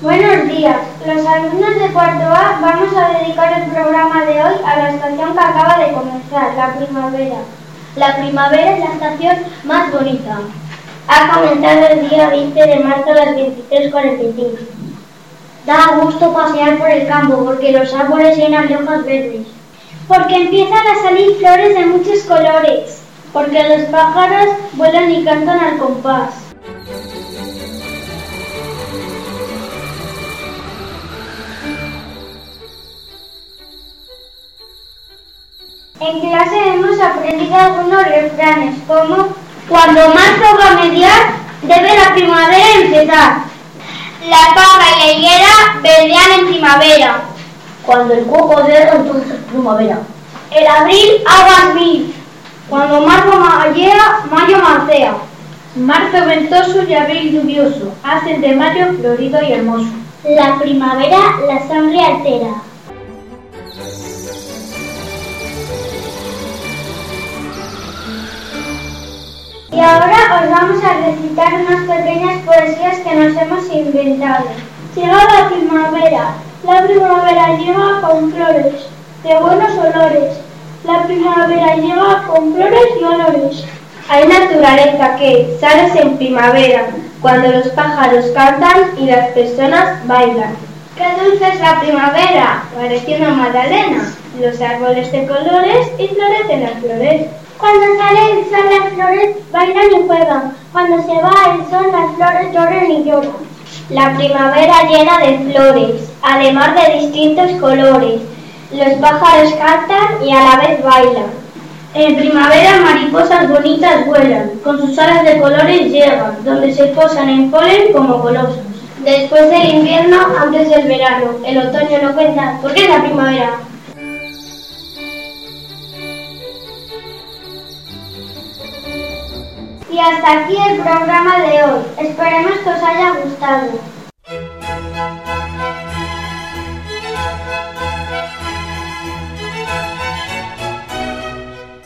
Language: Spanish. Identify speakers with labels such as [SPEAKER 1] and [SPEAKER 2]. [SPEAKER 1] Buenos días. Los alumnos de cuarto A vamos a dedicar el programa de hoy a la estación que acaba de comenzar, la primavera.
[SPEAKER 2] La primavera es la estación más bonita.
[SPEAKER 3] Ha comenzado el día 20 de marzo a las 23.45.
[SPEAKER 4] Da gusto pasear por el campo porque los árboles llenan de hojas verdes.
[SPEAKER 5] Porque empiezan a salir flores de muchos colores.
[SPEAKER 6] Porque los pájaros vuelan y cantan al compás.
[SPEAKER 1] En clase hemos aprendido algunos refranes, como
[SPEAKER 7] cuando marzo va a mediar, debe la primavera empezar.
[SPEAKER 8] La paga y la higuera vendrán en primavera.
[SPEAKER 9] Cuando el cuoco derra, entonces es primavera.
[SPEAKER 10] El abril aguas mil.
[SPEAKER 11] Cuando marzo llega, mayo marcea.
[SPEAKER 12] Marzo ventoso y abril lluvioso, hacen de mayo florido y hermoso.
[SPEAKER 13] La primavera la sangre altera.
[SPEAKER 1] Y ahora os vamos a recitar unas pequeñas poesías que nos hemos inventado.
[SPEAKER 14] Llega la primavera, la primavera llega con flores, de buenos olores. La primavera llega con flores y olores.
[SPEAKER 15] Hay naturaleza que sales en primavera, cuando los pájaros cantan y las personas bailan.
[SPEAKER 16] ¡Qué dulce es la primavera! Parece una magdalena. Los árboles de colores y florecen las flores.
[SPEAKER 17] Cuando sale el sol las flores bailan y juegan. Cuando se va el sol las flores lloran y lloran.
[SPEAKER 18] La primavera llena de flores, además de distintos colores. Los pájaros cantan y a la vez bailan.
[SPEAKER 19] En primavera mariposas bonitas vuelan, con sus alas de colores llegan, donde se posan en polen como colosos.
[SPEAKER 20] Después del invierno, antes del verano, el otoño no cuenta, porque es la primavera.
[SPEAKER 1] Y hasta aquí el programa de hoy. Esperemos que os haya gustado.